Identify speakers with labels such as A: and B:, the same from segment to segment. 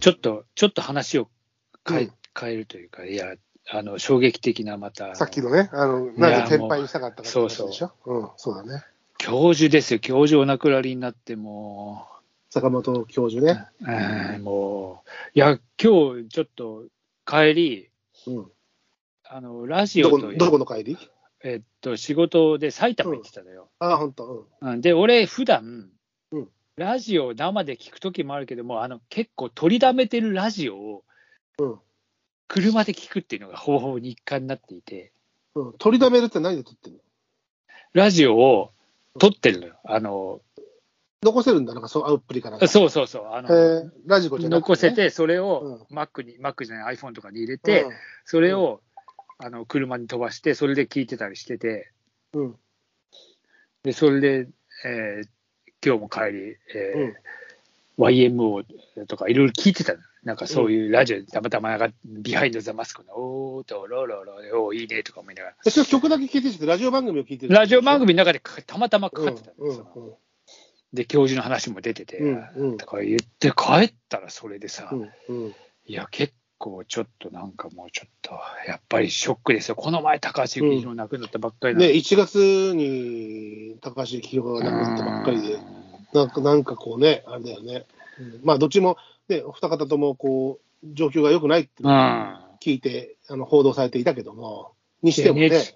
A: ちょっと話を変え,、
B: うん
A: 変えるというか、いや、あの衝撃的なまた
B: さっきのね、あの、なぜ転廃にしたかったかって話でしょ。うん、そうだね。
A: 教授ですよ、教授お亡くなりになって、も
B: 坂本教授ね。
A: う、えーもう、いや、今日ちょっと帰り、
B: うん。
A: あのラジ
B: ど
A: オ
B: ことの、どこの帰り
A: えっと、仕事で埼玉行ってたのよ。
B: ああ、ほんと。
A: うん、で、俺、普段、
B: うん
A: ラジオを生で聞くときもあるけども、あの結構取りだめてるラジオを
B: うん。
A: 車で聞くっていうのが方法日課になっていて、
B: うん。うん。取りだめるって何で取ってんの
A: ラジオを撮ってるのよ。あの、
B: 残せるんだ、なんかそう、アウプリから。う。
A: そうそうそう。あ
B: え
A: の、
B: ー、ラジコじゃなく
A: 残せ
B: ね、
A: て、それを Mac に、Mac じゃない iPhone とかに入れ
B: う
A: て
B: ん、
A: それを、あの、車に飛ばして、それで聞いてたりしてて、
B: うん。
A: で、それで、えー今日も帰り、えー
B: うん
A: YMO とかいろいろ聞いてたの。なんかそういうラジオでたまたまなんかビハインド・ザ・マスクのおーとロロロロおーいいねとか思いながら
B: 私は曲だけ聴いてるし、ラジオ番組を聴いてる。
A: ラジオ番組の中でかたまたまか
B: う
A: か
B: んう
A: って
B: ん
A: たんですよ、で教授の話も出てて、
B: うんうん
A: とか言って帰ったらそれでさ、
B: うんうん
A: いや結構ちょっとなんかもうちょっとやっぱりショックですよこの前高橋幸宏亡くなったばっかりなの
B: ね、
A: に
B: 1月に高橋清が亡くなったばっかりで、なんかなんかこうね、あれだよね、うんまあどっちも、ね、お二方ともこう状況が良くないって
A: うん、うん
B: 聞いて、あの報道されていたけども、にしてもね、
A: NH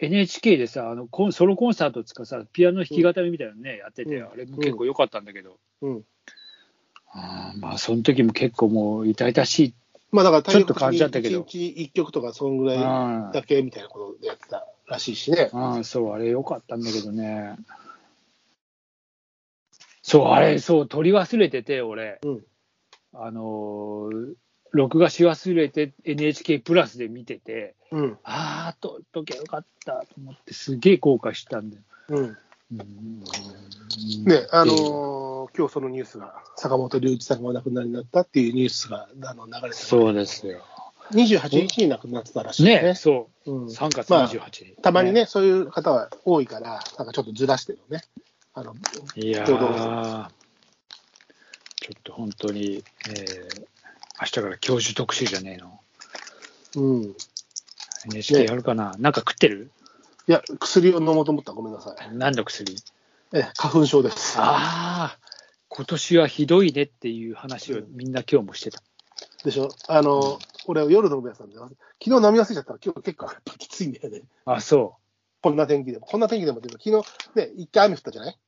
A: NHK でさあのコンソロコンサートつかさピアノ弾き語りみたいなのね、やってて
B: うん
A: あれも結構良かったんだけど、
B: うん、
A: あーまあその時も結構もう痛々しい
B: まあだから
A: ちょっと感じちゃったけど
B: 1日1曲とか、そんぐらいだけみたいなことでやってたらしいしね、
A: ああ、そう、あれ良かったんだけどね。そう、あれ、そう、取り忘れてて、俺、
B: うん
A: あのー録画し忘れて NHK プラスで見てて、
B: うん、
A: ああ、と、とけよかったと思って、すげえ後悔したんだよ。
B: うん、
A: うん
B: ね、あのー今日そのニュースが、坂本龍一さんがお亡くなりになったっていうニュースがあの流れてた、
A: そうですよ。
B: 28日に亡くなってたらしい
A: ね、そうう、
B: ん
A: 3月
B: まあ
A: 28日。
B: たまにね、そういう方は多いから、なんかちょっとずらしてるのね。あの
A: いやーち
B: ちょうど
A: ょっと本当に、えー明日から教授特集じゃねえの。
B: うん、い
A: NHK やるかな、なんか食ってる
B: や、薬を飲もうと思ったらごめんなさい。
A: 何の薬
B: ええ花粉症です。
A: ああ、今年はひどいねっていう話をみんな今日もしてた。
B: でしょあの、俺、夜飲むやつなんで、昨日飲み忘れちゃったら、今日結構やっぱきついんだよね。
A: あそ。
B: こんな天気でも、こんな天気でもっていうか昨日ね、一回雨降ったじゃないう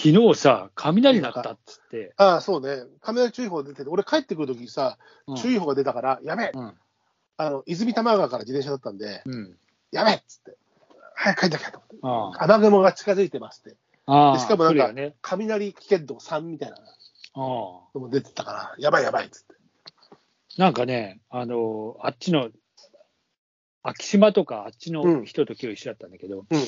A: 昨日さ、雷鳴ったっつって。
B: ああ、そうね、雷注意報出てて、俺帰ってくるときさ、
A: うん
B: 注意報が出たから、やべえ、
A: うん。
B: あの、泉多摩川から自転車だったんで、
A: うん。
B: やべえっつって、早く帰んなきゃと思って、
A: ああ。
B: 雨雲が近づいてますって、
A: ああ
B: でしかもなんか
A: 来るよね。
B: 雷危険度3みたいな。
A: ああ。
B: のも出てたから、やばいやばいっつって。
A: なんかね、あのあっちの、昭島とかあっちの人と今日一緒だったんだけど、
B: うん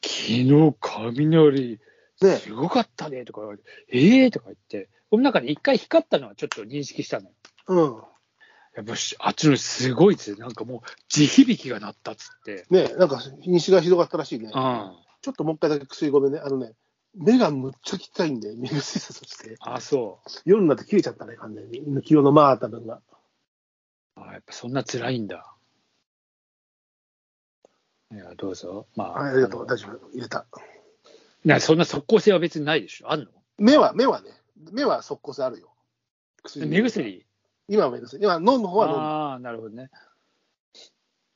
A: 昨日雷、
B: ね
A: すごかったねとか言われて、ええーとか言って、この中に一回光ったのはちょっと認識したのよ。
B: うん。
A: やっぱしあっちのすごいっすなんかもう地響きが鳴ったっつって。
B: ねなんか西がひどかったらしいね。
A: うん。
B: ちょっともう一回だけ薬ごめんね。あのね、目がむっちゃきたいんで、目薬さして。
A: あ、そ
B: 夜になって切れちゃったね、完全に。抜き用のまあた分が。
A: う。あやっぱそんな辛いんだ。いや、どうぞ。まあ、
B: はい、ありがと
A: あ
B: う。
A: の
B: 大丈夫。入れた。
A: なそんな即効性は別にないでしょ。あんの
B: 目は、目はね、目は即効性あるよ。薬
A: 目薬
B: 今は目薬。今、飲む方は飲む。
A: ああー、なるほどね。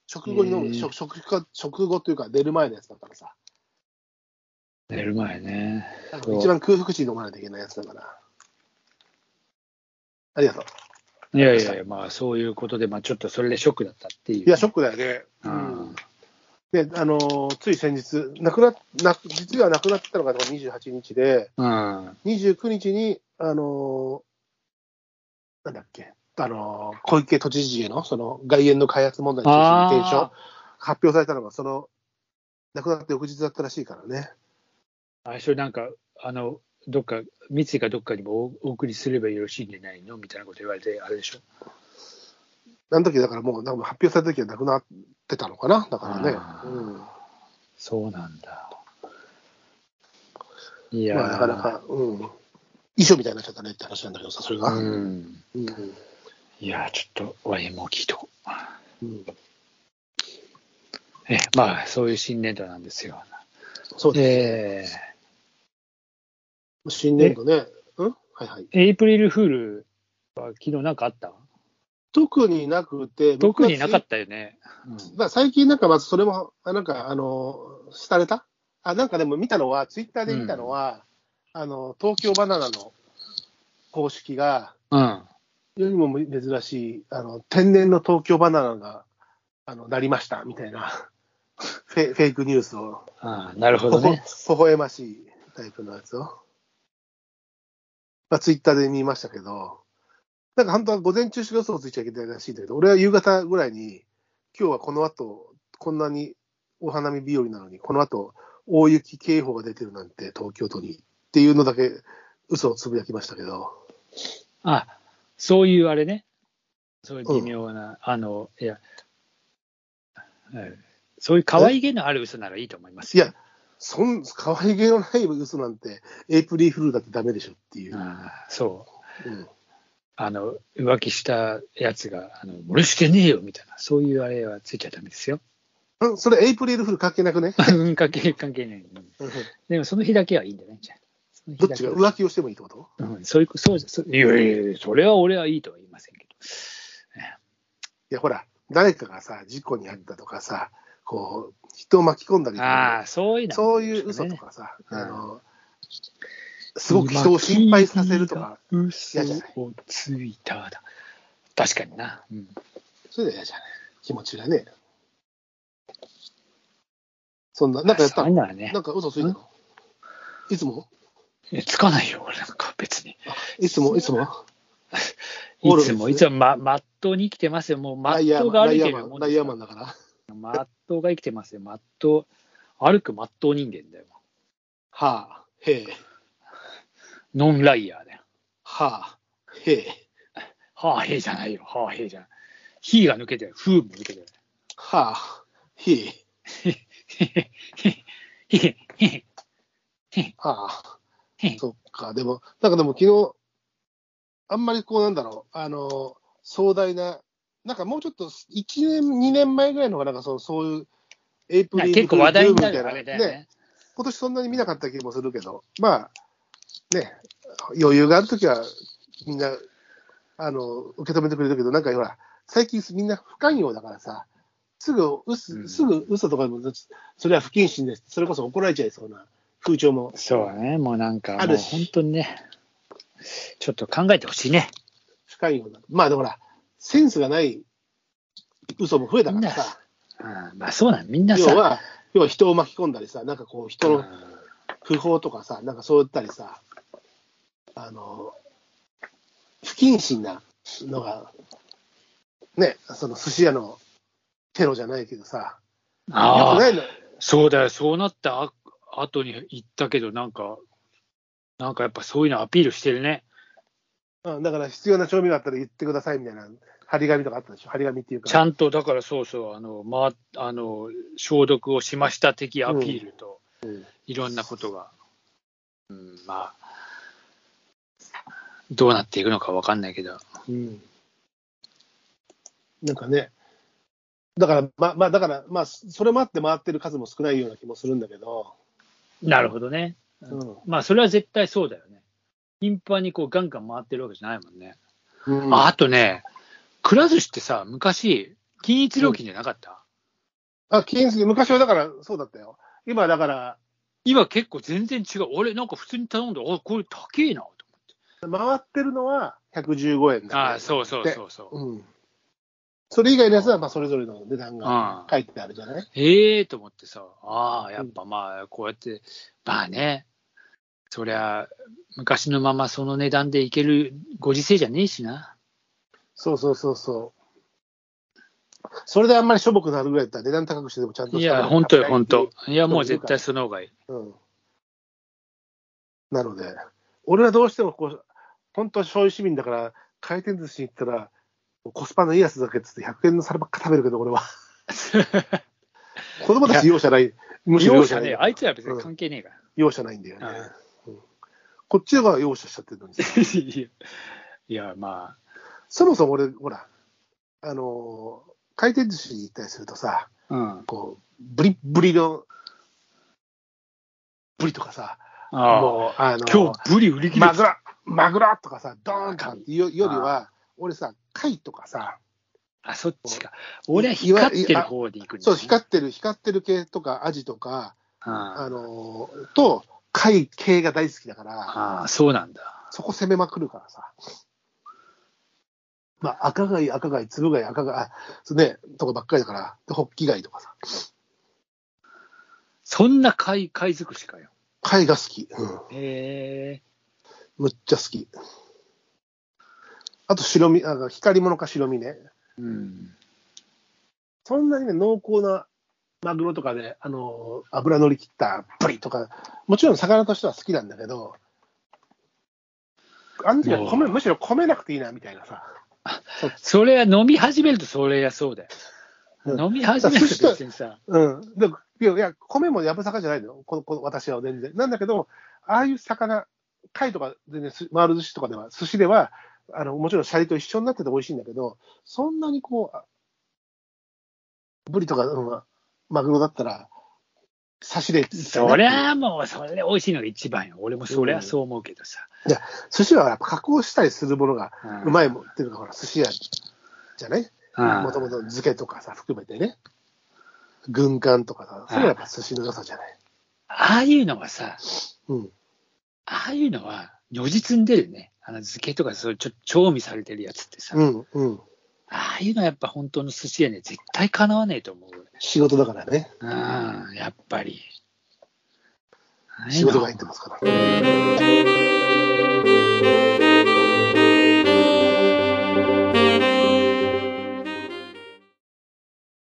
B: 食後に飲む。
A: へー
B: 食食後食後というか、出る前のやつだからさ。
A: 寝る前ね。そう
B: 一番空腹時に飲まないといけないやつだから。ありがとう。
A: いやいやいや、まあそういうことで、まあちょっとそれでショックだったっていう。
B: いや、ショックだよね。
A: うん
B: で、あのーつい先日、亡くな、な実は亡くなってたのが28日で、
A: うん。
B: 29日に、あのーなんだっけ、あのー小池都知事への、その外苑の開発問題についての意見書、
A: あ
B: 発表されたのが、その、亡くなって翌日だったらしいからね。
A: あ、それなんか、あの、どっか、三井かどっかにもおお送りすればよろしいんじゃないのみたいなこと言われて、あれでしょ。
B: あの時だからもう、なんか発表された時は亡くなってたのかな、だからね。
A: あー
B: うん、
A: そうなんだ。いやー
B: まあ、なかなか、うん。遺書みたいになっちゃったねって話なんだけどさ、それが。
A: うん。
B: うん
A: いやー、ちょっと YMO 聞いとこう。
B: うん、
A: え、まあ、そういう新年度なんですよ。
B: そうで
A: で、
B: す。新年度ね。うんはいはい。
A: エイプリルフールは昨日なんかあった
B: 特になくて、
A: 特になか
B: た
A: ったよね。うん
B: まあ、最近なんか、まずそれも、あなんか、あの、廃れたあ、なんかでも見たのは、ツイッターで見たのは、あの、東京バナナの公式が、
A: うん。
B: 世にも珍しい、あの、天然の東京バナナが、あの、なりました、みたいな、フェフェイクニュースを、
A: ああなるほど
B: ほほ、
A: ね。
B: 微笑ましいタイプのやつを、まあ、ツイッターで見ましたけど、なんか本当は午前中しか嘘をついちゃいけないらしいんだけど、俺は夕方ぐらいに、今日はこの後、こんなにお花見日和なのに、この後、大雪警報が出てるなんて、東京都にっていうのだけ、嘘をつぶやきましたけど、
A: あ、そういうあれね。そういう微妙な、あの、いや、うんそういう可愛げのある嘘ならいいと思います
B: い
A: よ
B: や、そん、可愛げのない嘘なんて、エイプリルフールだってダメでしょっていう。
A: ああそう。
B: うん
A: あの、浮気したやつが、あの俺してねえよみたいな、そういうあれはついちゃダメですよ。
B: うん、それエイプリルフール関係なくね
A: うん関係関係ない。うん
B: うん
A: でもその日だけはいいんじゃないじゃあその日
B: どっ
A: だ
B: ち
A: け
B: が
A: は
B: 浮気をしてもいいってこと
A: うん、そういうそうじゃそういやいやいや、それは俺はいいとは言いませんけど。
B: いや、ほら、誰かがさ、事故に遭ったとかさ、こう、人を巻き込んだりと
A: あ
B: か、
A: あ、そういうの、
B: そういう嘘と、かさ、
A: うん
B: あの、すごく人を心配させるとか、。
A: 嘘
B: 嫌じゃない
A: をついただ。確かにな。うん、
B: それで嫌じゃない気持ちがね。そんな、なんかやった
A: そういうのはね
B: なん、か嘘ついたのいつも
A: えつかないよ、俺なんか別に。
B: あいつもいつもゴ
A: い
B: ルフ
A: つも、
B: で
A: い
B: す
A: つもま、まっとうに生きてますよ。もう、まっ
B: ライヤ
A: と
B: ー
A: うが
B: マ
A: 歩
B: ン、ラ
A: い
B: イヤ
A: て
B: ー
A: る
B: マン、
A: もん
B: ライヤーマンだから。
A: まっとうが生きてますよ。まっとう、歩くまっとう人間だよ。
B: はあ、へえ、
A: ノンライヤーだよ。
B: はあ、へえ、
A: はあ、へいじゃないよ。はあ、へいじゃない。火が抜けてる。風も抜けてる。
B: はあ、へえ、はあ。そっか、でも、なんかでも昨日、あんまりこうなんだろう、あの、壮大な、なんかもうちょっと1年、2年前ぐらいの方がなんかそのそういう、エイプリル
A: 結構話題になる
B: ブ
A: あ
B: ー
A: れ
B: ムみ
A: だ
B: た
A: よ
B: いな
A: ね。
B: ね。今年そんなに見なかった気もするけど、まあ、ね、余裕があるときは、みんな、あの、受け止めてくれるけど、なんかほら、最近みんな不寛容だからさ、すぐ
A: う
B: 嘘、
A: ん
B: すぐ嘘とかでも、それは不謹慎です。それこそ怒られちゃいそうな風潮も
A: そうだね、もうなんか、
B: あ
A: もう
B: るし
A: 本当にね、ちょっと考えてほしいね。
B: 不寛容な。まあでもほら、センスがない嘘も増えたからさ、
A: うん、まあそうなん、みんな
B: 要
A: さ、
B: は、要は人を巻き込んだりさ、なんかこう、人
A: う
B: の
A: ん
B: 不法とかさ、なんかそういったりさ、あの、不謹慎なのが、ね、その寿司屋のテロじゃないけどさ、よく
A: あ
B: な
A: あ、
B: いの。
A: そうだよ、そうなったあ後に言ったけど、なんか、なんかやっぱそういうのアピールしてるね。
B: うんだから必要な調味料あったら言ってくださいみたいな、張り紙とかあったでしょ、張り紙っていうか。
A: ちゃんと、だからそうそう、あの、ま、あの、消毒をしました的アピールと、
B: うん
A: いろんなことが、うん、まあ、どうなっていくのかわかんないけど、
B: うんなんかね、だから、ままあ、だから、まあ、それもあって回ってる数も少ないような気もするんだけど、
A: なるほどね。
B: うん
A: まあ、それは絶対そうだよね。頻繁にこうガンガン回ってるわけじゃないもんね。
B: うん
A: あ
B: あ
A: あとね、くら寿司ってさ、昔、均一料金じゃなかった、
B: 金継ぎ、昔はだからそうだったよ。今、だから、
A: 今結構全然違う。俺、なんか普通に頼んで、あ、これ高えなと思って。
B: 回ってるのは115円だ
A: ああ、そうそうそううそう。
B: うん。それ以外のやつは、まあ、それぞれの値段
A: あ
B: が書いてあるじゃない
A: ええと思ってさ、ああ、やっぱまあ、こうやって、まあね、そりゃ、昔のままその値段でいけるご時世じゃねえしな。
B: そうそうそうそう。それであんまりしょぼくなるぐらいだったら値段高くしてでもちゃんと
A: い
B: した
A: や、本当よ、本当。いや、もう絶対その方がいい。
B: うんなので、俺はどうしてもこう、本当は醤油市民だから、回転寿司に行ったら、コスパのいいやつだけっつって100円の皿ばっか食べるけど、俺 は。子供たち容赦ない。むしろ
A: 容
B: 容赦
A: 赦
B: ない
A: ね。あいつら別に関係ねえから。
B: 容赦ないんだよね
A: ああ。
B: うんこっちが容赦しちゃってるのにさ。
A: いや、いやまあ、
B: そもそも俺、ほら、あのー回転寿司に行ったりするとさ、
A: うん。
B: こう、ブリッブリの、ブリとかさ、
A: ああ。
B: もう、あのー
A: 今日、ブリ売り切れ
B: マグロマグロとかさ、ドーンカンっていうよりは、俺さ、貝とかさ、
A: あ、そっちか。俺は光ってる方で行くんだ
B: そう、
A: ね
B: 光ってる、光ってる系とか、アジとか、
A: あ
B: あのーと、貝系が大好きだから、
A: ああ、そうなんだ。
B: そこ攻めまくるからさ。まあ、赤貝、赤貝、粒貝、赤貝、あそうね、とかばっかりだから、でホッキ貝とかさ、
A: そんな貝、貝尽くしかよ。
B: 貝が好き。うん。
A: へえ。
B: むっちゃ好き。あと、白身、あ光り物か白身ね。
A: うん。
B: そんなにね、濃厚なマグロとかで、あのー油乗り切ったプリとか、もちろん魚としては好きなんだけど、あの時は米
A: おう
B: むしろ米なくていいなみたいなさ、
A: それは飲み始めるとそれはそうだよ。
B: うん
A: 飲み始めると別にさ、
B: うん、でいやいや、米もやぶさかじゃないのよ、このこの私は全然。なんだけど、ああいう魚、貝とか、全然す回る寿司とかでは、寿司ではあの、もちろんシャリと一緒になってて美味しいんだけど、そんなにこうあ、ブリとか、うんマグロだったら、刺しで、
A: そりゃもう、それ美味しいのが一番よ。俺もそりゃそう思うけどさ。
B: 寿司はやっぱ加工したりするものが
A: うん
B: うまいもんっていうのが、ほら、寿司屋じゃない
A: うん
B: もともと漬けとかさ、含めてね。軍艦とかさ、それはやっぱ寿司の良さじゃない。
A: ああいうのはさ、
B: うん。
A: ああいうのは如実に出るね。あの漬けとかそういうちょ調味されてるやつってさ、
B: うん、うん。
A: ああいうのはやっぱ本当の寿司屋には絶対かなわねえと思う。
B: 仕事だからね。
A: うん、やっぱり。
B: 仕事が入ってますから。